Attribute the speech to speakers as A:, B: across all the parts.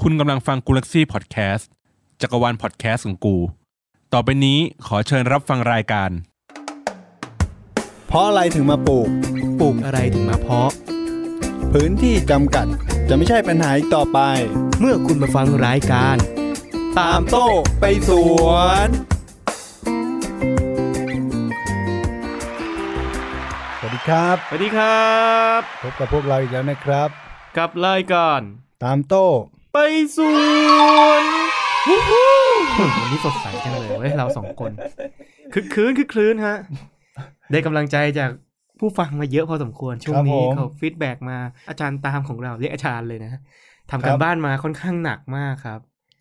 A: คุณกำลังฟังกูลักซี่พอดแคสต์จักรวาลพอดแคสต์ของกู ต่อไปนี้ขอเชิญรับฟังรายการ
B: เพราะอะไรถึงมาปลูก
C: ปลูกอะไรถึงมาเพาะ
B: พื้นที่จำกัด จะไม่ใช่ปัญหาอีกต่อไป
C: เมื่อคุณมาฟังรายการ
B: ตามโต้ไปสวน สวัสดีครับ
D: สวัสดีครับ
B: พบกับพวกเราอีกแล้วนะครับ
D: กับรายการ
B: ตามโต้
D: ไปสวน
C: วันนี้สดใสจังเลยเว้ยเราสองคน
D: คึกคืนคึกคลื้นฮะ
C: ได้กำลังใจจากผู้ฟังมาเยอะพอสมควร ช่วงนี้
B: ผม
C: เขาฟีดแบ็กมาอาจารย์ตามของเราเรียกอาจารย์เลยนะทำ
B: ครั
C: การ
B: บ
C: บ้านมาค่อนข้างหนักมากครับ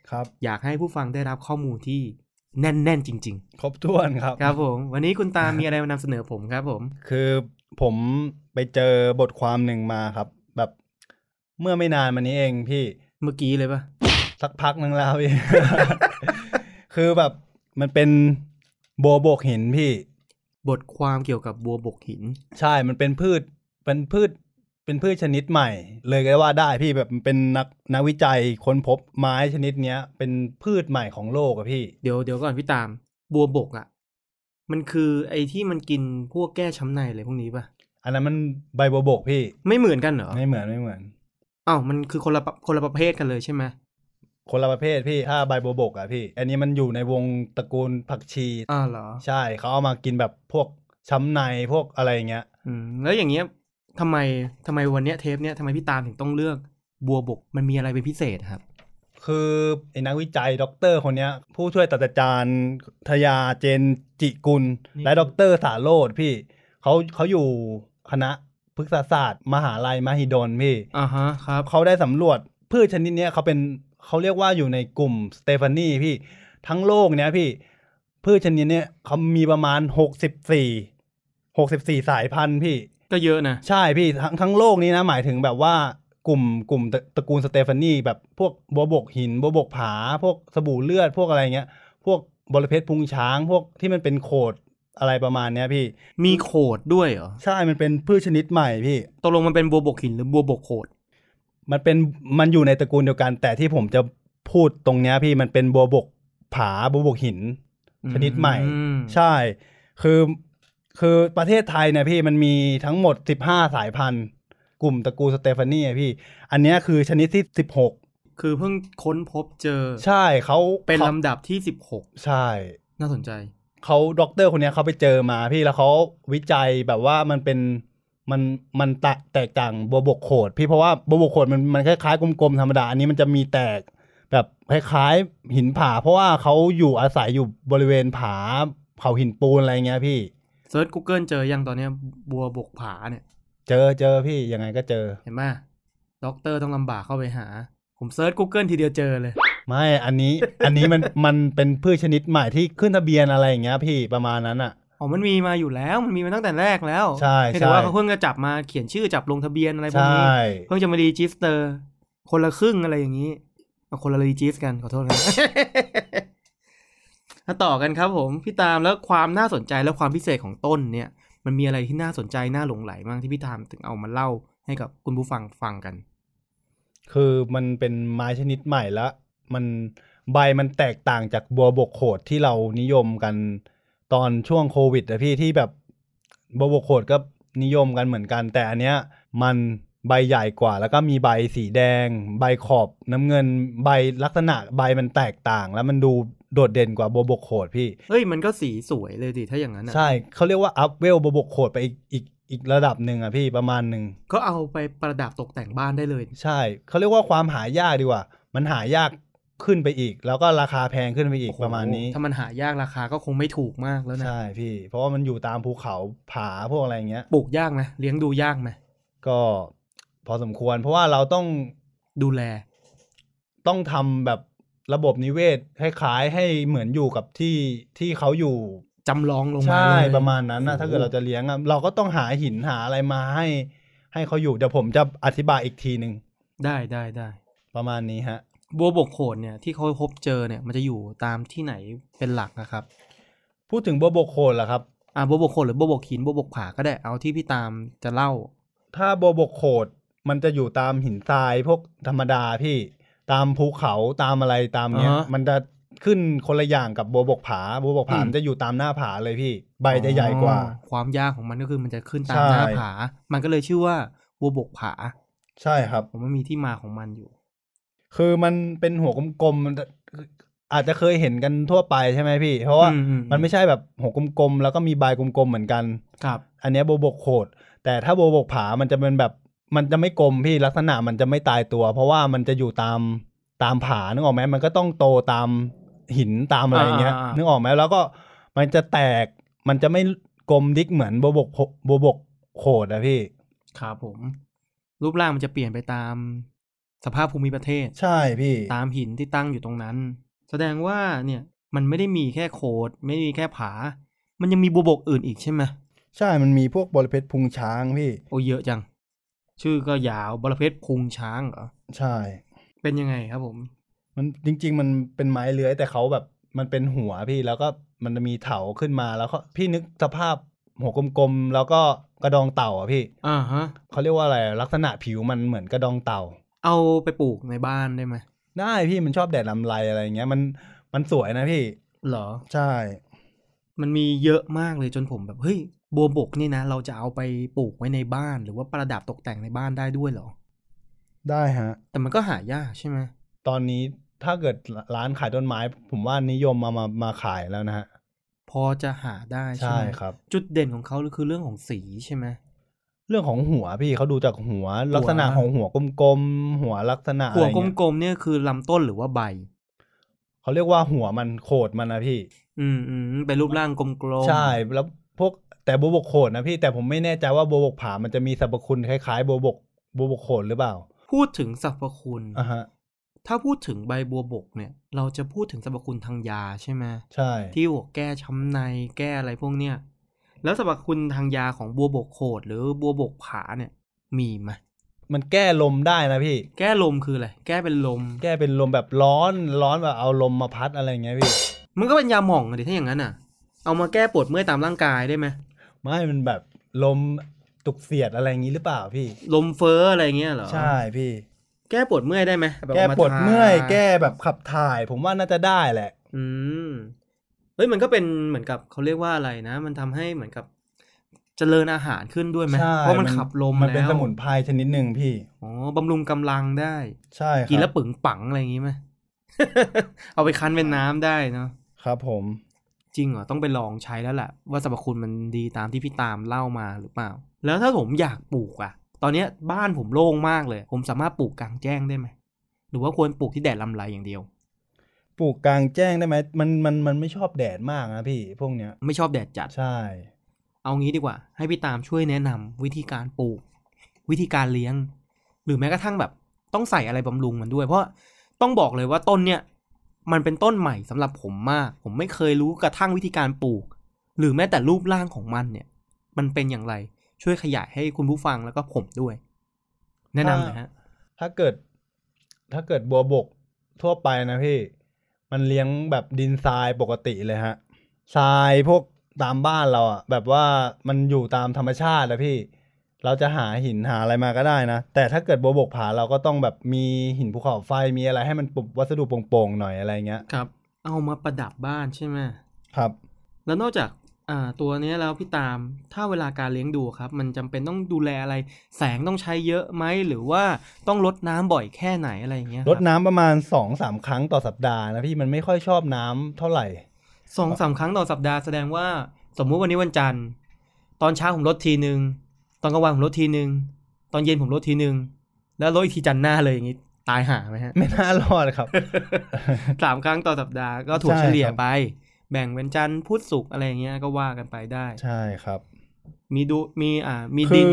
B: ครับ
C: อยากให้ผู้ฟังได้รับข้อมูลที่แน่น ๆ จริง
B: ครบถ้วนครับ
C: ๆ ครับผม วันนี้คุณตามมีอะไรมานำเสนอผมครับผม
B: คือผมไปเจอบทความหนึ่งมาครับ แบบเมื่อไม่นานมานี้เองพี่
C: เมื่อกี้เลยปะ
B: สักพักหนึงแล้วพี่ คือแบบมันเป็นโบวบกหินพี่
C: บทความเกี่ยวกับบัวบกหิน
B: ใช่ มันเป็นพืช เป็นพืช เป็นพืชชนิดใหม่ เลยก็ว่าได้พี่แบบมันเป็นนักนักวิจัยค้นพบไม้ชนิดเนี้ย เป็นพืชใหม่ของโลกอะพี่
C: เดี๋ยวเดี๋ยวก่อนพี่ตามบัวบกอะ่ะมันคือไอ้ที่มันกินพวกแก้ช้ำในอะไรพวกนี้ปะ
B: อันนั้นมันใบบัวบกพี่
C: ไม่เหมือนกันเหรอ
B: ไม่เหมือนไม่เหมือน
C: อ้าวมันคือคนละประคนละประเภทกันเลยใช่ไหม
B: คนละประเภทพี่ ถ้าใบบัวบกอะพี่ อันนี้มันอยู่ในวงตระกูลผักชี
C: อ้าวเหรอ
B: ใช่ เขาเอามากินแบบพวกช้ำในพวกอะไรอย่างเงี้ย
C: อืมแล้วอย่างเงี้ยทำไมทำไมวันเนี้ยเทปเนี้ยทำไมพี่ตามถึงต้องเลือกบัวบกมันมีอะไรเป็นพิเศษครับ
B: คือไอ้นักวิจัยด็อกเตอร์คนเนี้ย ผู้ช่วยศาสตราจารย์ทยาเจนจิกุล
C: นี่
B: และด็อกเตอร์สาโรดพี่เขาเขาอยู่คณะพฤกษศาสตร์ มหาลัยมหิดลพี่
C: อ่าฮะครับ
B: เขาได้สำรวจพืชชนิดเนี้ยเขาเป็นเขาเรียกว่าอยู่ในกลุ่มสเตฟานีพี่ทั้งโลกเนี้ยพี่ พืชชนิดเนี้ยเขามีประมาณหกสิบสี่หกสิบสี่สายพันธุ์พี่
C: ก็เยอะนะ
B: ใช่พี่ทั้งทั้งโลกนี้นะ หมายถึงแบบว่ากลุ่มกลุ่มตระตระกูลสเตฟานีแบบพวกบัวบกหินบัวบกผา พวกสบู่เลือด พวกอะไรเงี้ย พวกบริเพชรพุงช้าง พวกที่มันเป็นโขดอะไรประมาณเนี้ยพี่
C: มีโขดด้วยเหรอ
B: ใช่มันเป็นพืชชนิดใหม่พี่
C: ตกลงมันเป็นบัวบกหินหรือบัวบกโขด
B: มันเป็นมันอยู่ในตระกูลเดียวกัน แต่ที่ผมจะพูดตรงเนี้ยพี่มันเป็นบัวบกผาบัวบกหิน ชนิดใหม่
C: อืม
B: ใช่ คือคือประเทศไทยเนี่ยพี่มันมีทั้งหมด 15 สายพันธุ์ กลุ่มตระกูลสเตฟานีอะพี่ อันเนี้ยคือชนิดที่
C: คือเพิ่งค้นพบเจอ
B: 16 ใช่เขา
C: เป็น
B: ขา
C: ลำดับที่สิบหก
B: ใช่
C: น่าสนใจ
B: เขาด็อกเตอร์คนเนี้ยเขาไปเจอมาพี่แล้วเขาวิจัยแบบว่ามันเป็นมันมันแตกแตกต่างบัวบกโขดพี่เพราะว่าบัวบกโขดมันมันคล้ายๆกลมๆธรรมดา อันนี้มันจะมีแตกแบบคล้ายๆหินผา เพราะว่าเขาอยู่อาศัยอยู่บริเวณผาเขาหินปูนอะไรเงี้ยพี่
C: เซิร์ช Google เจอยังตอนเนี้ยบัวบกผาเนี่ย
B: เจอเจอพี่ยังไงก็เจอ
C: เห็นไหมด็อกเตอร์ต้องลำบากเข้าไปหา ผมเซิร์ช Google ทีเดียวเจอเลย
B: ไม่ อันนี้ อันนี้มัน มันเป็นพืชชนิดใหม่ที่ขึ้นทะเบียนอะไรอย่างเงี้ยพี่ประมาณนั้นอ่ะ
C: อ๋อ มันมีมาอยู่แล้ว มันมีมาตั้งแต่แรกแล้ว
B: ใช่ใช่
C: แต่ว่าเขาเพิ่งจะจับมาเขียนชื่อจับลงทะเบียนอะไรพวก
B: ใช่
C: นี้ เพิ่งจะมารีจิสเตอร์ คนละครึ่งอะไรอย่างนี้เอาคนละ รีจิสกันขอโทษครับ มาต่อกันครับผม พี่ตามแล้วความน่าสนใจและความพิเศษของต้นเนี่ย มันมีอะไรที่น่าสนใจน่าหลงไหลบ้างที่พี่ตามถึงเอามาเล่าให้กับคุณผู้ฟังฟังกัน
B: คือมันเป็นไม้ชนิดใหม่ละมันใบมันแตกต่างจากบัวบกโขดที่เรานิยมกันตอนช่วงโควิดอะพี่ที่แบบบัวบกโขดก็นิยมกันเหมือนกัน แต่อันเนี้ยมันใบใหญ่กว่า แล้วก็มีใบสีแดง ใบขอบน้ำเงินใบลักษณะใบมันแตกต่าง แล้วมันดูโดดเด่นกว่าบัวบกโขดพี่
C: เฮ้ย มันก็สีสวยเลยดิถ้าอย่างนั้นอะ
B: ใช่เขาเรียกว่าอัพเวลบวกโขดไปอีกอีกอีกระดับหนึ่งอ่ะพี่ประมาณหนึ่ง
C: ก็เอาไปประดับตกแต่งบ้านได้เลย
B: ใช่เขาเรียกว่าความหายากดีกว่า มันหายากขึ้นไปอีก แล้วก็ราคาแพงขึ้นไปอีกประมาณนี้
C: ถ้ามันหายากราคาก็คงไม่ถูกมากแล้วนะ
B: ใช่พี่ เพราะว่ามันอยู่ตามภูเขาผาพวกอะไรเงี้ย
C: ปลูกยากไหมเลี้ยงดูยากไหม
B: ก็พอสมควร เพราะว่าเราต้อง
C: ดูแล
B: ต้องทำแบบระบบนิเวศคล้ายๆให้เหมือนอยู่กับที่ที่เขาอยู่
C: จำลองลงมา
B: ใช่
C: เลย
B: ประมาณนั้นนะถ้าเกิดเราจะเลี้ยงอะเราก็ต้องหาหินหาอะไรมาให้ ให้เขาอยู่เดี๋ยวผมจะอธิบายอีกทีหนึ่ง
C: ได้ได้ได้
B: ประมาณนี้ฮะ
C: บัวบกโขนเนี่ยที่เขาพบเจอเนี่ยมันจะอยู่ตามที่ไหนเป็นหลักนะครับ
B: พูดถึงบัวบกโคนเหรอครับ
C: อ่าบัวบกโขนหรือบัวบกหินบัวบกผาก็ได้เอาที่พี่ตามจะเล่า
B: ถ้าบัวบกโขดมันจะอยู่ตามหินทรายพวกธรรมดาพี่ ตามภูเขาตามอะไรตามเนี้ย
C: อ่าฮะ
B: มันจะขึ้นคนละอย่างกับบัวบกผาบัวบกผา
C: อืม
B: มันจะอยู่ตามหน้าผาเลยพี่ ใบจะใหญ่กว่า
C: อ๋อความยากของมันก็คือมันจะขึ้นตาม
B: ใช่
C: หน้าผา มันก็เลยชื่อว่าบัวบกผา
B: ใช่ครับ
C: ผมว่ามีที่มาของมันอยู่
B: คือมันเป็นหัวกลมๆมันจะอาจจะเคยเห็นกันทั่วไปใช่ไหมพี่ เพราะว่า
C: อืมอืม
B: มันไม่ใช่แบบหัวกลมๆแล้วก็มีใบกลมๆเหมือนกัน
C: ครับ
B: อันเนี้ยโบวบกโขด แต่ถ้าโบวบกผา มันจะเป็นแบบ มันจะไม่กลมพี่ลักษณะมันจะไม่ตายตัว เพราะว่ามันจะอยู่ตามตามผานึกออกไหมมันก็ต้องโตตามหินตามอะไรอย่างเงี้ย
C: อ่าๆๆ
B: นึกออกไหมแล้วก็มันจะแตกมันจะไม่กลมดิกเหมือนโบวบกโขโบวบกโขดอะพี่
C: ครับผม รูปร่างมันจะเปลี่ยนไปตามสภาพภูมิประเทศ
B: ใช่พี่
C: ตามหินที่ตั้งอยู่ตรงนั้น แสดงว่าเนี่ยมันไม่ได้มีแค่โขดไม่ได้มีแค่ผา มันยังมีบัวบกอื่นอีกใช่ไหม
B: ใช่มันมีพวกบริเพชรพุงช้างพี่
C: โอ้เยอะจัง ชื่อก็ยาวบรเพชรพุงช้างเหรอ
B: ใช่
C: เป็นยังไงครับผม
B: มันจริง ๆ มันเป็นไม้เลื้อยแต่เขาแบบมันเป็นหัวพี่แล้วก็มันจะมีเถาขึ้นมาแล้วก็พี่นึกสภาพหัวกลมๆแล้วก็กระดองเต่าอ่ะพี่
C: อ่าฮะ
B: เขาเรียกว่าอะไรลักษณะผิวมันเหมือนกระดองเต่า
C: เอาไปปลูกในบ้านได้ไหม
B: ได้พี่มันชอบแดดลำไรอะไรอย่างเงี้ยมันมันสวยนะพี่
C: เหรอ
B: ใช่
C: มันมีเยอะมากเลยจนผมแบบเฮ้ยบัวบกนี่นะ เราจะเอาไปปลูกไว้ในบ้าน หรือว่าประดับตกแต่งในบ้านได้ด้วยเหรอ
B: ได้ฮะ
C: แต่มันก็หายากใช่ไหม
B: ตอนนี้ถ้าเกิดร้านขายต้นไม้ ผมว่านิยมมามามาขายแล้วนะฮะ
C: พอจะหาได้ใช่
B: ใช่
C: ไหม
B: ครับ
C: จุดเด่นของเขาคือเรื่องของสีใช่ไหม
B: เรื่องของหัวพี่เขาดูจากหัว ลักษณะ
C: หัว
B: ของหัวกลมๆหัวลักษณะอะ
C: หั
B: ไร
C: ว
B: เงี้ย
C: กลมๆเนี่ยคือลำต้นหรือว่าใบ
B: เขาเรียกว่าหัวมันโขดมันนะพี่
C: อืมอืมเป็นรูปร่างกลมๆ
B: ใช่แล้วพวกแต่โบวบกโขดนะพี่แต่ผมไม่แน่ใจว่าโบวบกผามันจะมีสรรพคุณคล้ายๆโบวบกโบวบกโขดหรือเปล่า
C: พูดถึงสรรพคุณ
B: อ่าฮะ
C: ถ้าพูดถึงใบบัวบกเนี่ย เราจะพูดถึงสรรพคุณทางยาใช่ไหม
B: ใช่
C: ที่บอกแก้ช้ำในแก้อะไรพวกเนี้ยแล้วสรรพคุณทางยาของบัวบกโขดหรือบัวบกผาเนี่ย มีไหม
B: มันแก้ลมได้นะพี่
C: แก้ลมคืออะไรแก้เป็นลม
B: แก้เป็นลมแบบร้อนร้อนแบบเอาลมมาพัดอะไรอย่างเงี้ยพี่
C: มันก็เป็นยาหม่องอะดิถ้าอย่างนั้นอ่ะ เอามาแก้ปวดเมื่อยตามร่างกายได้ไหม
B: ไม่มันแบบลมตุกเสียดอะไรอย่างงี้หรือเปล่าพี่
C: ลมเฟ้ออะไรเงี้ยเหรอ
B: ใช่พี่
C: แก้ปวดเมื่อยได้ไหมบบ
B: แก้
C: เอามา
B: ปวดเมื่อย
C: ทา
B: แก้แบบขับถ่าย ผมว่าน่าจะได้แหละ
C: อืม เฮ้ยมันก็เป็นเหมือนกับเขาเรียกว่าอะไรนะ มันทำให้เหมือนกับเจริญอาหารขึ้นด้วยไหม
B: ใช่
C: เพราะมันขับลม
B: มันเป็น
C: แล้ว
B: สมุนไพรชนิดหนึ่งพี่
C: อ๋อบำรุงกำลังได้
B: ใช่ครับ
C: กินแล้วปึงปังอะไรอย่างงี้ไหม เอาไปคั้นเป็นน้ำได้เนาะ
B: ครับผม
C: จริงเหรอต้องไปลองใช้แล้วแหละว่าสรรพคุณมันดีตามที่พี่ตามเล่ามาหรือเปล่า แล้วถ้าผมอยากปลูกอะตอนเนี้ยบ้านผมโล่งมากเลย ผมสามารถปลูกกลางแจ้งได้ไหมหรือว่าควรปลูกที่แดดลำไรอย่างเดียว
B: ปลูกกลางแจ้งได้ไหมมันมันมันไม่ชอบแดดมากนะพี่ พวกเนี้ย
C: ไม่ชอบแดดจัด
B: ใช่
C: เอางี้ดีกว่า ให้พี่ตามช่วยแนะนำวิธีการปลูก วิธีการเลี้ยง หรือแม้กระทั่งแบบ ต้องใส่อะไรบำรุงมันด้วย เพราะต้องบอกเลยว่าต้นเนี่ย มันเป็นต้นใหม่สำหรับผมมาก ผมไม่เคยรู้กระทั่งวิธีการปลูก หรือแม้แต่รูปร่างของมันเนี่ย มันเป็นอย่างไร ช่วยขยายให้คุณผู้ฟังแล้วก็ผมด้วย แนะนำหนะฮะ
B: ถ้าเกิด ถ้าเกิดบัวบกทั่วไปนะพี่ มันเลี้ยงแบบดินทรายปกติเลยฮะทรายพวกตามบ้านเราอะแบบว่ามันอยู่ตามธรรมชาตินะพี่ เราจะหาหินหาอะไรมาก็ได้นะ แต่ถ้าเกิดบัวบกผาเราก็ต้องแบบมีหินภูเขาไฟมีอะไรให้มันปบวัสดุโป่งๆหน่อยอะไรเงี้ย
C: ครับ เอามาประดับบ้านใช่ไหม
B: ครับ
C: แล้วนอกจากอ่าตัวเนี้ยแล้วพี่ตามถ้าเวลาการเลี้ยงดูครับ มันจำเป็นต้องดูแลอะไร แสงต้องใช้เยอะไหมหรือว่าต้องลดน้ำบ่อยแค่ไหนอะไรอย่างเงี้ย
B: รดน้ำประมาณสองสามครั้งต่อสัปดาห์นะพี่มันไม่ค่อยชอบน้ำเท่าไหร่
C: สองสามครั้งต่อสัปดาห์แสดงว่าสมมุติวันนี้วันจันทร์ ตอนเช้าผมลดทีหนึ่งตอนกลางวันผมลดทีหนึ่งตอนเย็นผมลดทีหนึ่งแล้วลดอีกทีจันทร์หน้าเลยอย่างงี้ตายหา ไหมฮะ
B: ไม่น่ารอดครับ
C: สามครั้งต่อสัปดาห์ก็ถูก
B: ใช่
C: เฉลี่ย
B: ครับ
C: ไป แบ่งเป็นจันทร์พุธศุกร์อะไรอย่างเงี้ยก็ว่ากันไปได้
B: ใช่ครับ
C: มีดูมีอ่ามี
B: คื
C: ดิน
B: อ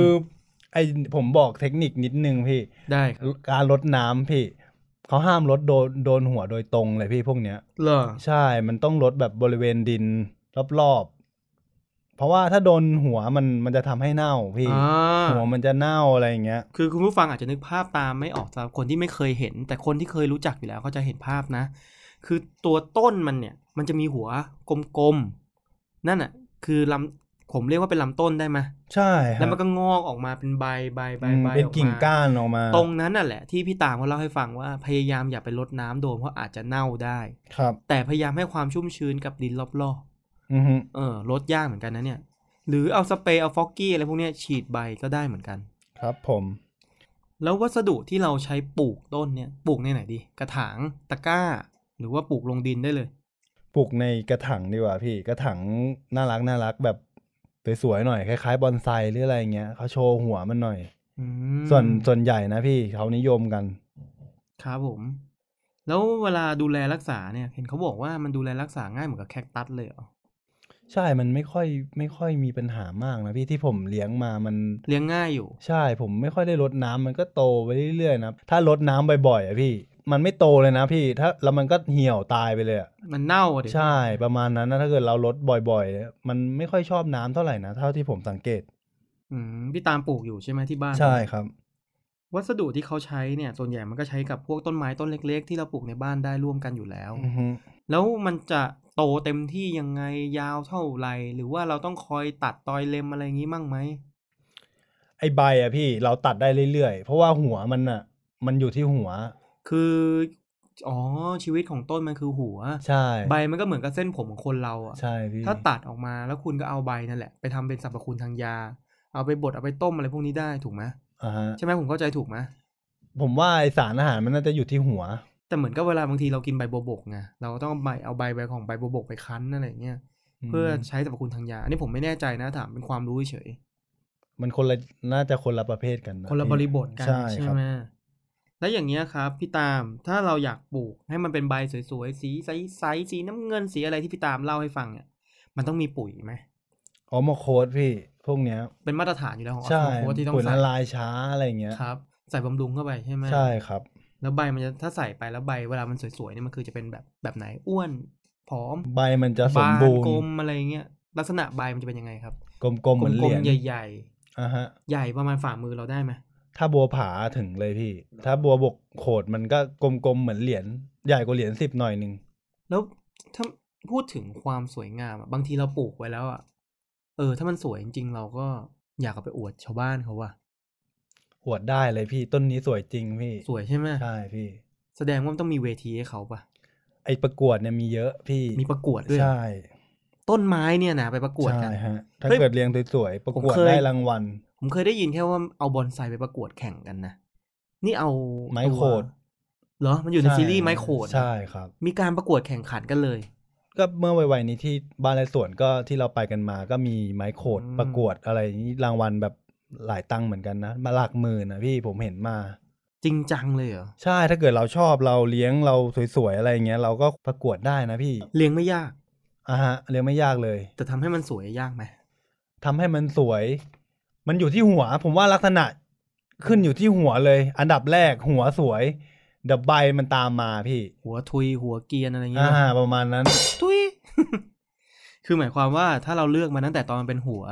B: ไอผมบอกเทคนิคนิดนึงพี่
C: ได้ครับ
B: การลดน้ำพี่เขาห้ามลดโดนโดนหัวโดยตรงเลยพี่พวกเนี้ย
C: เหรอ
B: ใช่มันต้องลดแบบบริเวณดินรอบๆ เพราะว่าถ้าโดนหัวมันมันจะทำให้เน่าพี่
C: อ่า
B: หัวมันจะเน่าอะไรอย่างเงี้ย
C: คือคุณผู้ฟังอาจจะนึกภาพตามไม่ออกสำหรับคนที่ไม่เคยเห็น แต่คนที่เคยรู้จักอยู่แล้วเขาจะเห็นภาพนะ คือตัวต้นมันเนี่ย มันจะมีหัวกลมๆนั่นอ่ะ คือล ผมเรียกว่าเป็นลำต้นได้ไหม
B: ใช่ฮะ
C: แล้วมันก็งอกออกมาเป็นใบใบใบ
B: อืม
C: ใบ
B: เป็น
C: ออม
B: กิ่งก้านออกมา
C: ตรงนั้นน่ะแหละที่พี่ตามเขาเล่าให้ฟังว่าพยายามอย่าไปรดน้ำโดนเพราะอาจจะเน่าได้
B: ครับ
C: แต่พยายามให้ความชุ่มชื้นกับดินรอบ
B: อือฮึ
C: ๆเออลดยากเหมือนกันนะเนี่ย หรือเอาสเปรย์เอาฟอกกี้อะไรพวกเนี้ยฉีดใบก็ได้เหมือนกัน
B: ครับผม
C: แล้ววัสดุที่เราใช้ปลูกต้นเนี่ยปลูกในไหนดี กระถางตะกร้า หรือว่าปลูกลงดินได้เลย
B: ปลูกในกระถางดีกว่าพี่กระถางน่ารักน่ารักแบบสวยๆหน่อยคล้ายๆบอนไซหรืออะไรเงี้ยเขาโชว์หัวมันหน่อย
C: อืม
B: ส่วนส่วนใหญ่นะพี่เขานิยมกัน
C: ครับผม แล้วเวลาดูแลรักษาเนี่ย เห็นเขาบอกว่ามันดูแลรักษาง่ายเหมือนกับแคคตัสเลยเหรอ
B: ใช่ มันไม่ค่อยไม่ค่อยมีปัญหามากนะพี่ที่ผมเลี้ยงมามัน
C: เลี้ยงง่ายอยู่
B: ใช่ผมไม่ค่อยได้รดน้ำมันก็โตไปเรื่อยๆนะถ้ารดน้ำบ่อยๆอ่ะพี่ มันไม่โตเลยนะพี่ถ้าแล้วมันก็เหี่ยวตายไปเลยอะ
C: มันเน่าอะดิ
B: ใช่ประมาณนั้นนะถ้าเกิดเรารดบ่อยๆ มันไม่ค่อยชอบน้ำเท่าไหร่นะเท่าที่ผมสังเกต
C: อืมพี่ตามปลูกอยู่ใช่ไหมที่บ้าน
B: ใช่ครับ
C: วัสดุที่เขาใช้เนี่ย ส่วนใหญ่มันก็ใช้กับพวกต้นไม้ต้นเล็ก ๆ ที่เราปลูกในบ้านได้ร่วมกันอยู่แล้ว
B: อือฮึ
C: แล้วมันจะโตเต็มที่ยังไงยาวเท่าไหร่หรือว่าเราต้องคอยตัดตอยเล็มอะไรอย่างงี้มั่งไหม
B: ไอใบอะพี่เราตัดได้เรื่อยๆ เพราะว่าหัวมันอะมันอยู่ที่หัว
C: คือ อ๋อ ชีวิตของต้นมันคือหัว
B: ใช่
C: ใบมันก็เหมือนกับเส้นผมของคนเราอะ
B: ใช่พี่
C: ถ้าตัดออกมาแล้วคุณก็เอาใบนั่นแหละ ไปทำเป็นสรรพคุณทางยา เอาไปบด เอาไปต้มอะไรพวกนี้ได้ถูกไหม
B: อ่าฮะ
C: ใช่ไหมผมเข้าใจถูกไหม
B: ผมว่าไอสารอาหารมันน่าจะอยู่ที่หัว
C: แต่เหมือนกับเวลาบางทีเรากินใบบัวบกไง เราก็ต้องเอาใบเอาใบใบของใบบัวบกไปคั้นอะไรอย่างเงี้ย เพื่อใช้สรรพคุณทางยา อันนี้ผมไม่แน่ใจนะถามเป็นความรู้เฉย
B: มันคนละน่าจะคนละประเภทกัน
C: ๆ
B: นะ
C: คนละ
B: พี่
C: บริบทกัน
B: ใช่
C: ใช่
B: ครับ
C: ไหมแล้วอย่างเงี้ยครับพี่ตาม ถ้าเราอยากปลูกให้มันเป็นใบสวยๆ สีใสๆ สีน้ำเงิน สีอะไรที่พี่ตามเล่าให้ฟังเนี่ย มันต้องมีปุ๋ยไหม
B: อ๋อโมโคดพี่ พวกเนี้ย
C: เป็นมาตรฐานอยู่แล้วของอั
B: ใช่
C: ลฟาโคที่ต้อง
B: ปุ๋ย
C: ใส่
B: ละลายช้าอะไรอย่างเงี้ย
C: ครับ ใส่บำรุงเข้าไปใช่ไหม
B: ใช่ครับ
C: แล้วใบมันจะถ้าใส่ไปแล้วใบเวลามันสวยๆเนี่ยมันคือจะเป็นแบบแบบไหนอ้วนผอม
B: ใบมันจะสม
C: บาน
B: บูร
C: ก
B: ณ์
C: ลมอะไรเงี้ยลักษณะใบมันจะเป็นยังไงครับ
B: กลมๆเหมือนเห
C: กล
B: รี
C: ม
B: ยญ
C: ๆใหญ่
B: อ่าฮะ
C: ๆ ใหญ่ประมาณฝ่ามือเราได้ไหม
B: ถ้าบัวผาถึงเลยพี่ ถ้าบัวบกโขดมันก็กลมๆเหมือนเหรียญใหญ่กว่าเหรียญสิบหน่อยหนึ่ง
C: แล้วถ้าพูดถึงความสวยงามอะบางทีเราปลูกไว้แล้วอ่ะเออ ถ้ามันสวยจริงๆ เราก็อยากเอาไปอวดชาวบ้านเขาว่ะ
B: อวดได้เลยพี่ต้นนี้สวยจริงพี่
C: สวยใช่ไหม
B: ใช่พี่
C: แสดงว่ามันต้องมีเวทีให้เขาป่ะ
B: ไอประกวดเนี่ยมีเยอะพี่
C: มีประกวดด้วยเหรอ
B: ใช่
C: ต้นไม้เนี่ยนะไปประกวดกั
B: ใช่
C: น
B: ฮะ ถ้า
C: เฮ้ย
B: เกิดเรียงสวยๆประกวด
C: ผมเคย
B: ได้รางวัล
C: ผมเคยได้ยินแค่ว่าเอาบอนไซไปประกวดแข่งกันนะ นี่เอา
B: ไม้
C: ตัว
B: โขด
C: เหรอ มันอยู่ในซีรีส์
B: ช่
C: ไม้โขด
B: ใช่ครับ
C: มีการประกวดแข่งขันกันเลย
B: ก็เมื่อวัยๆนี้ที่บ้านและสวนก็ที่เราไปกันมา ก็มีไม้โขด
C: อืม
B: ประกวดอะไรอย่างนี้รางวัลแบบหลายตังค์เหมือนกันนะมาหลักหมื่นนะพี่ผมเห็นมา
C: จริงจังเลยเหรอ
B: ใช่ถ้าเกิดเราชอบเราเลี้ยงเราสวยๆอะไรอย่างเงี้ยเราก็ประกวดได้นะพี่
C: เลี้ยงไม่ยาก
B: อ่ะฮะเลี้ยงไม่ยากเลย
C: แต่ทำให้มันสวยยากไหม
B: ทำให้มันสวย มันอยู่ที่หัว ผมว่าลักษณะขึ้นอยู่ที่หัวเลย อันดับแรกหัวสวยเดับใบมันตามมาพี่
C: หัวทุยหัวเกรียนอะไรเงี้
B: อ่าย
C: นะ
B: ประมาณนั้น
C: ทุย คือหมายความว่าถ้าเราเลือกมาตั้งแต่ตอนมันเป็นหัว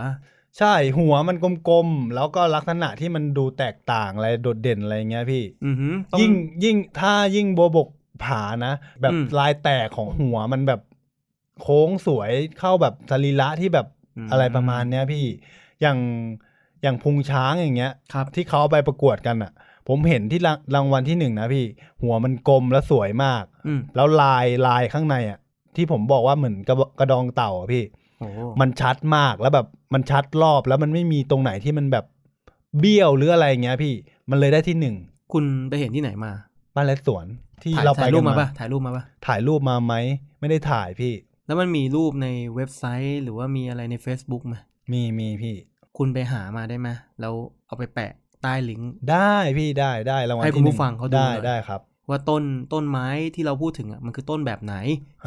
B: ใช่หัวมันกลมๆ แล้วก็ลักษณะที่มันดูแตกต่างอะไรโดดเด่นอะไรอย่างเงี้ยพี่
C: อือหือต้อง
B: ยิ่งยิ่งถ้ายิ่งบัวบกผานะ แบบ
C: อืม
B: ลายแตกของหัวมันแบบโค้งสวยเข้าแบบสรีระที่แบบ
C: อืม
B: อะไรประมาณเนี้ยพี่ อย่างอย่างพุงช้างอย่างเงี้ย
C: ครับ
B: ที่เขาเอาไปประกวดกันอ่ะ ผมเห็นที่รางรางวัลที่หนึ่งนะพี่ หัวมันกลมและสวยมาก
C: อืม
B: แล้วลายลายข้างในอ่ะ ที่ผมบอกว่าเหมือนกระบอกกระดองเต่าอะพี่
C: โอ้
B: มันชัดมากแล้วแบบมันชัดรอบแล้วมันไม่มีตรงไหนที่มันแบบเบี้ยวหรืออะไรอย่างเงี้ยพี่ มันเลยได้ที่หนึ่ง
C: คุณไปเห็นที่ไหนมา
B: บ้านและสวนที่
C: ถ่าย
B: เราไป
C: ถ่ายรูป
B: กัน
C: มาป่ะถ่ายรูปมาป่ะ
B: ถ่ายรูปมาไหมไม่ได้ถ่ายพี่
C: แล้วมันมีรูปในเว็บไซต์ หรือว่ามีอะไรใน Facebook ไหม
B: มีมีพี่
C: คุณไปหามาได้ไหมแล้วเอาไปแปะใต้ลิงก์
B: ได้พี่ได้ได้รางวัล
C: ให้
B: ที่
C: คุณ
B: ห
C: ผู้
B: นึ่ง
C: ฟังเขาดู
B: ได้
C: หน่อย
B: ได้ครับ
C: ว่าต้นต้นไม้ที่เราพูดถึงอ่ะมันคือต้นแบบไหน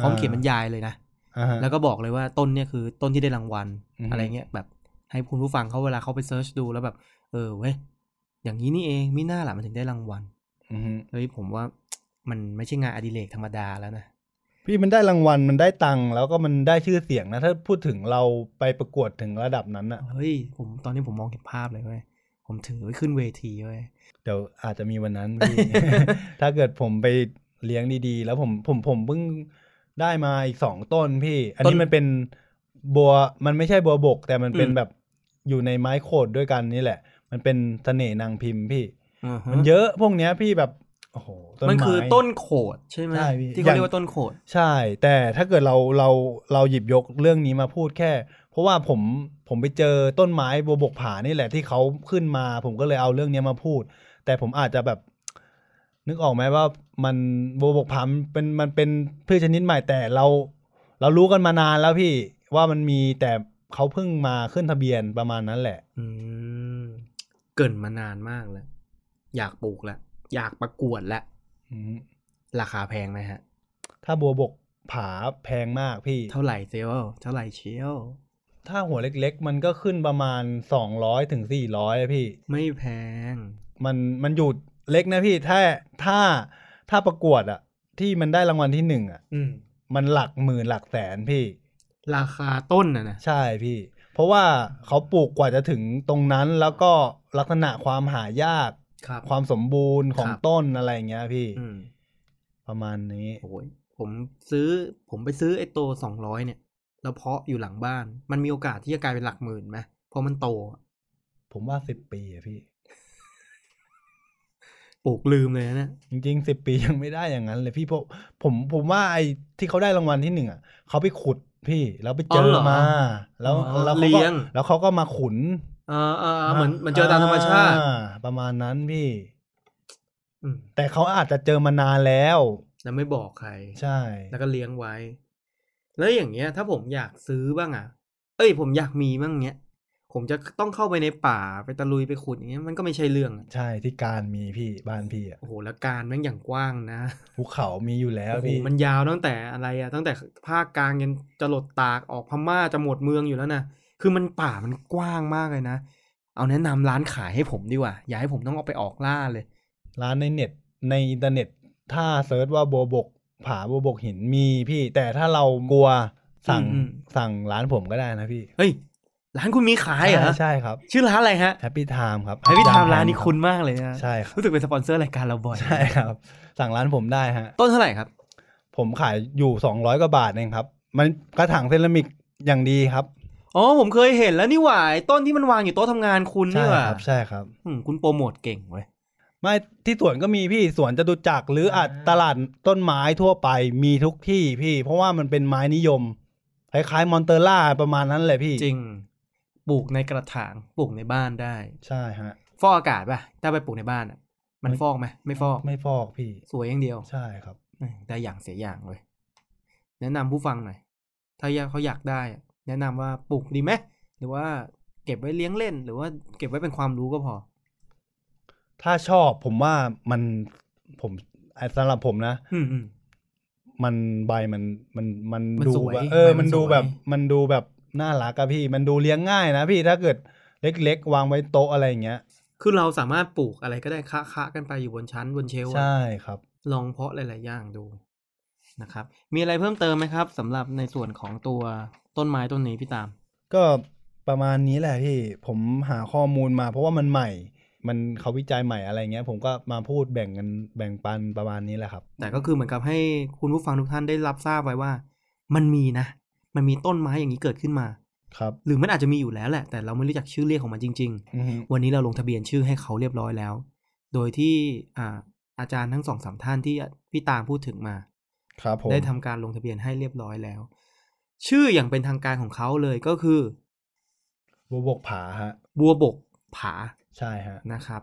C: พร้อม
B: อ่า
C: เขียนบรรยายเลยนะ
B: อ่าฮะ
C: แล้วก็บอกเลยว่าต้นเนี่ยคือต้นที่ได้รางวัล
B: อือฮึ
C: อะไรเงี้ยแบบ ให้คุณผู้ฟังเขาเวลาเขาไปเซิร์ชดูแล้วแบบ เออเว้ยอย่างนี้นี่เองมิน่าหละมันถึงได้รางวัล
B: อือฮึ
C: เฮ้ยผมว่า มันไม่ใช่งานอดิเรกธรรมดาแล้วนะ
B: พี่มันได้รางวัลมันได้ตังค์แล้วก็มันได้ชื่อเสียงนะ ถ้าพูดถึงเราไปประกวดถึงระดับนั้นอะ
C: เฮ้ยผมตอนนี้ผมมองเห็นภาพเลยเว้ยผมถือไว้ขึ้นเวทีเว้ย
B: เดี๋ยวอาจจะมีวันนั้นพี่ ถ้าเกิดผมไปเลี้ยงดีๆ แล้วผมผมผมเพิ่งได้มาอีกสองต้นพี่ อัน
C: ต้
B: นี้
C: น
B: มันเป็น บัวมันไม่ใช่บัวบก แต่มันเป็น
D: อืม
B: แบบอยู่ในไม้โขดด้วยกันนี่แหละ มันเป็นเสน่ห์นางพิมพ์พี่
C: อ่าฮะ
B: มันเยอะพวกเนี้ยพี่แบบโอ้โหต้นไม้
C: มันคือต้นโขดใช่ไหม
B: ใช่พี่
C: ที่เขาเรียกว่าต้นโขด
B: ใช่ แต่ถ้าเกิดเราเราเราหยิบยกเรื่องนี้มาพูดแค่ เพราะว่าผมผมไปเจอต้นไม้บัวบกผานี่แหละที่เขาขึ้นมา ผมก็เลยเอาเรื่องนี้มาพูด แต่ผมอาจจะแบบ นึกออกไหมว่ามันบัวบกผามันเป็นมันเป็นพืชชนิดใหม่แต่เรา เรารู้กันมานานแล้วพี่ว่ามันมีแต่เขาเพิ่งมาขึ้นทะเบียนประมาณนั้นแหละ
C: อืมเกรินมานานมากแล้ว อยากปลูกแล้ว อยากประกวดแล้ว
B: อืม
C: ราคาแพงไหมฮะ
B: ถ้าบัวบกผาแพงมากพี่
C: เท่าไหร่เซลลเท่าไหร่เชียว
B: ถ้าหัวเล็ก ๆ มันก็ขึ้นประมาณสองร้อยถึงสี่ร้อยพี่
C: ไม่แพง
B: มันมันอยู่เล็กนะพี่ถ้าถ้าถ้าประกวดอะที่มันได้รางวัลที่หนึ่งอะ
C: อืม
B: มันหลักหมื่นหลักแสนพี่
C: ราคาต้นนะนะ
B: ใช่พี่ เพราะว่าเขาปลูกกว่าจะถึงตรงนั้นแล้วก็ลักษณะความหายาก
C: ครับ
B: ความสมบูรณ์ของ
C: ครับ
B: ต้นอะไรอย่างเงี้ยพี่
C: อืม
B: ประมาณนี้
C: โอ้ยผมซื้อ ผมไปซื้อไอ้โตสองร้อยเนี่ย แล้วเพาะอยู่หลังบ้าน มันมีโอกาสที่จะกลายเป็นหลักหมื่นไหมเพราะมันโตอะ
B: ผมว่าสิบปีอะพี่
C: ปลูกลืมเลยนะเนี่ย
B: จริงๆสิบปียังไม่ได้อย่างนั้นเลยพี่เพราะผมผมว่าไอ้ที่เขาได้รางวัลที่หนึ่งอ่ะเขาไปขุดพี่แล้วไปเจอมา แล้วแล้วเขาก็แล้วเขาก็มาขุน
C: เออเออเออเหมือนเหมือนเจอตามธรรมชาติ
B: อ่ประมาณนั้นพี่
C: อืม
B: แต่เขาอาจจะเจอมานานแล้ว
C: แล้วไม่บอกใคร
B: ใช่
C: แล้วก็เลี้ยงไว้ แล้วอย่างเงี้ย ถ้าผมอยากซื้อบ้างอ่ะ เอ้ย ผมอยากมีบ้างเงี้ย ผมจะต้องเข้าไปในป่าไปตะลุยไปขุดอย่างเงี้ย มันก็ไม่ใช่เรื่องอะ
B: ใช่ที่การมีพี่บ้านพี่อะ
C: โอ้โห แล้วการแม่งอย่างกว้างนะ
B: ภูเขามีอยู่แล้ว
C: โอ้โห
B: พี่
C: มันยาวตั้งแต่อะไรอะตั้งแต่ภาคกลางยันจะหลดตากออกพม่าจะหมดเมืองอยู่แล้วนะ คือมันป่ามันกว้างมากเลยนะ เอาแนะนำร้านขายให้ผมดีกว่า อย่าให้ผมต้องเอาไปออกล่าเลย
B: ร้านในเน็ตในอินเทอร์เน็ต ถ้าเซิร์ชว่าบัวบก ผาบัวบกหินมีพี่ แต่ถ้าเรากลัวสั่ง
C: อืม
B: สั่งร้านผมก็ได้นะพี่
C: เฮ้ย ร้านคุณมีขายเหรอ
B: ใช่ครับ
C: ชื่อร้านอะไรฮะ
B: แฮปปี้ไทม์ครับ
C: ให้พี่ทำร้านนี้คุณมากเลยนะ
B: ใช่ครับ
C: รู้สึกเป็นสปอนเซอร์รายการเราบ่อย
B: ใช่ครับ สั่งร้านผมได้ฮะ
C: ต้นเท่าไหร่ครับ
B: ผมขายอยู่สองร้อยกว่าบาทเองครับ มันกระถางเซรามิกอย่างดีครับ
C: อ๋อผมเคยเห็นแล้วนี่หว่าไอ้ต้นที่มันวางอยู่โต๊ะทำงานคุณ
B: ใช่
C: นี่หว่า
B: ครับใช่ครับ
C: อืมคุณโปรโมทเก่งเว้ย
B: ไม่ที่สวนก็มีพี่สวนจตุจักรหรืออาจ
C: อ่า
B: ตลาดต้นไม้ทั่วไปมีทุกที่พี่ เพราะว่ามันเป็นไม้นิยม คล้ายๆมอนเตอร่าประมาณนั้นแหละพี่
C: จริง ปลูกในกระถางปลูกในบ้านได้
B: ใช่ฮะ
C: ฟอกอากาศป่ะ ถ้าไปปลูกในบ้านอ่ะ มัน
B: ไม่
C: ฟอกไหมไม่ฟอก
B: ไม่ฟอกพี่
C: สวยอย่างเดียว
B: ใช่ครับ
C: อืมได้อย่างเสียอย่างเลย แนะนำผู้ฟังหน่อย ถ้าอยากเขาอยากได้อะแนะนำว่าปลูกดีไหมหรือว่าเก็บไว้เลี้ยงเล่น หรือว่าเก็บไว้เป็นความรู้ก็พอ
B: ถ้าชอบผมว่ามันผมอ่ะสำหรับผมนะ
C: อืมอืม
B: มันใบมันมันมัน
C: มัน
B: ดู
C: สวย
B: แบบเออ
C: ใบ
B: มั
C: มัน
B: นดู
C: สวย
B: แบบมันดูแบบน่ารักอะพี่ มันดูเลี้ยงง่ายนะพี่ถ้าเกิดเล็กๆ วางไว้โต๊ะอะไรอย่างเงี้ย
C: คือเราสามารถปลูกอะไรก็ได้คะคะกันไปอยู่บนชั้นบนเชลฟ์อะ
B: ใช่ครับ
C: ลองเพาะหลาย ๆ อย่างดูนะครับ มีอะไรเพิ่มเติมไหมครับสำหรับในส่วนของตัวต้นไม้ต้นนี้พี่ตาม
B: ก็ประมาณนี้แหละพี่ผมหาข้อมูลมา เพราะว่ามันใหม่ มันเขาวิจัยใหม่อะไรเงี้ย ผมก็มาพูดแบ่งกันแบ่งปันประมาณนี้แหละครับ
C: แต่ก็คือเหมือนกับให้คุณผู้ฟังทุกท่านได้รับทราบไว้ว่า มันมีนะ มันมีต้นไม้อย่างนี้เกิดขึ้นมา
B: ครับ
C: หรือมันอาจจะมีอยู่แล้วแหละ แต่เราไม่รู้จักชื่อเรียกของมันจริง
B: อือฮึ
C: ๆ วันนี้เราลงทะเบียนชื่อให้เขาเรียบร้อยแล้ว โดยที่อ่าอาจารย์ทั้งสองสามท่านที่พี่ตามพูดถึงมา
B: ครับผม
C: ได้ทำการลงทะเบียนให้เรียบร้อยแล้ว ชื่ออย่างเป็นทางการของเขาเลยก็คือ
B: บัวบกผาฮะ
C: บัวบกผา
B: ใช่ฮะ
C: นะครับ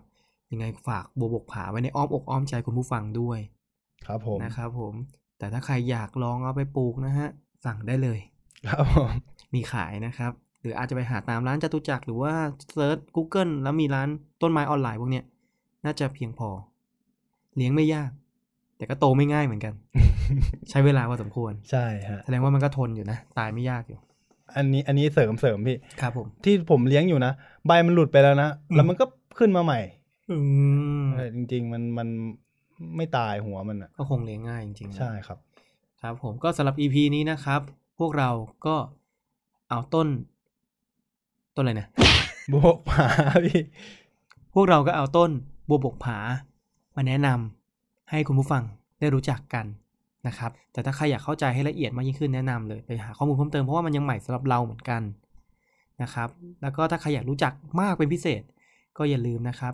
C: ยังไงฝากบัวบกผาไว้ในอ้อมอกอ้อมใจคุณผู้ฟังด้วย
B: ครับผม
C: นะครับผมแต่ถ้าใครอยากลองเอาไปปลูกนะฮะ สั่งได้เลย
B: ครับผม
C: มีขายนะครับ หรืออาจจะไปหาตามร้านจตุจักรหรือว่าเซิร์ช Google แล้วมีร้านต้นไม้ออนไลน์พวกเนี้ยน่าจะเพียงพอ เลี้ยงไม่ยาก แต่ก็โตไม่ง่ายเหมือนกัน ใช้เวลาพอสมควร
B: ใช่ฮะ
C: แสดงว่ามันก็ทนอยู่นะ ตายไม่ยากอยู่
B: อันนี้อันนี้เสริมเสริมพี่
C: ครับผม
B: ที่ผมเลี้ยงอยู่นะ ใบมันหลุดไปแล้วนะ
C: อืม
B: แล้วมันก็ขึ้นมาใหม่
C: อืม
B: เออจริง ๆ มันมันไม่ตายหัวมันอ่ะ
C: ก็คงเลี้ยงง่ายจริงๆนะ
B: ใช่ครับ
C: ครับผมก็สำหรับ EP นี้นะครับ พวกเราก็เอาต้น ต้นอะไรนะ
B: บัวบกผาพี่
C: พวกเราก็เอาต้นบัวบกผา มาแนะนำให้คุณผู้ฟังได้รู้จักกัน นะครับ แต่ถ้าใครอยากเข้าใจให้ละเอียดมากยิ่งขึ้นแนะนำเลยไปหาข้อมูลเพิ่มเติมเพราะว่ามันยังใหม่สำหรับเราเหมือนกันนะครับ แล้วก็ถ้าใครอยากรู้จักมากเป็นพิเศษ ก็อย่าลืมนะครับ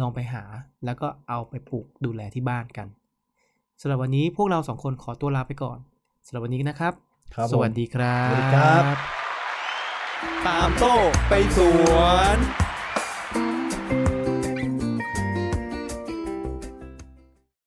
C: ลองไปหาแล้วก็เอาไปปลูกดูแลที่บ้านกันสำหรับวันนี้พวกเราสองคนขอตัวลาไปก่อนสำหรับวันนี้นะครับ
B: ครับผม
C: สวัสดีครับ
B: สวัสดีครับ
C: ตามโต้ไปสวน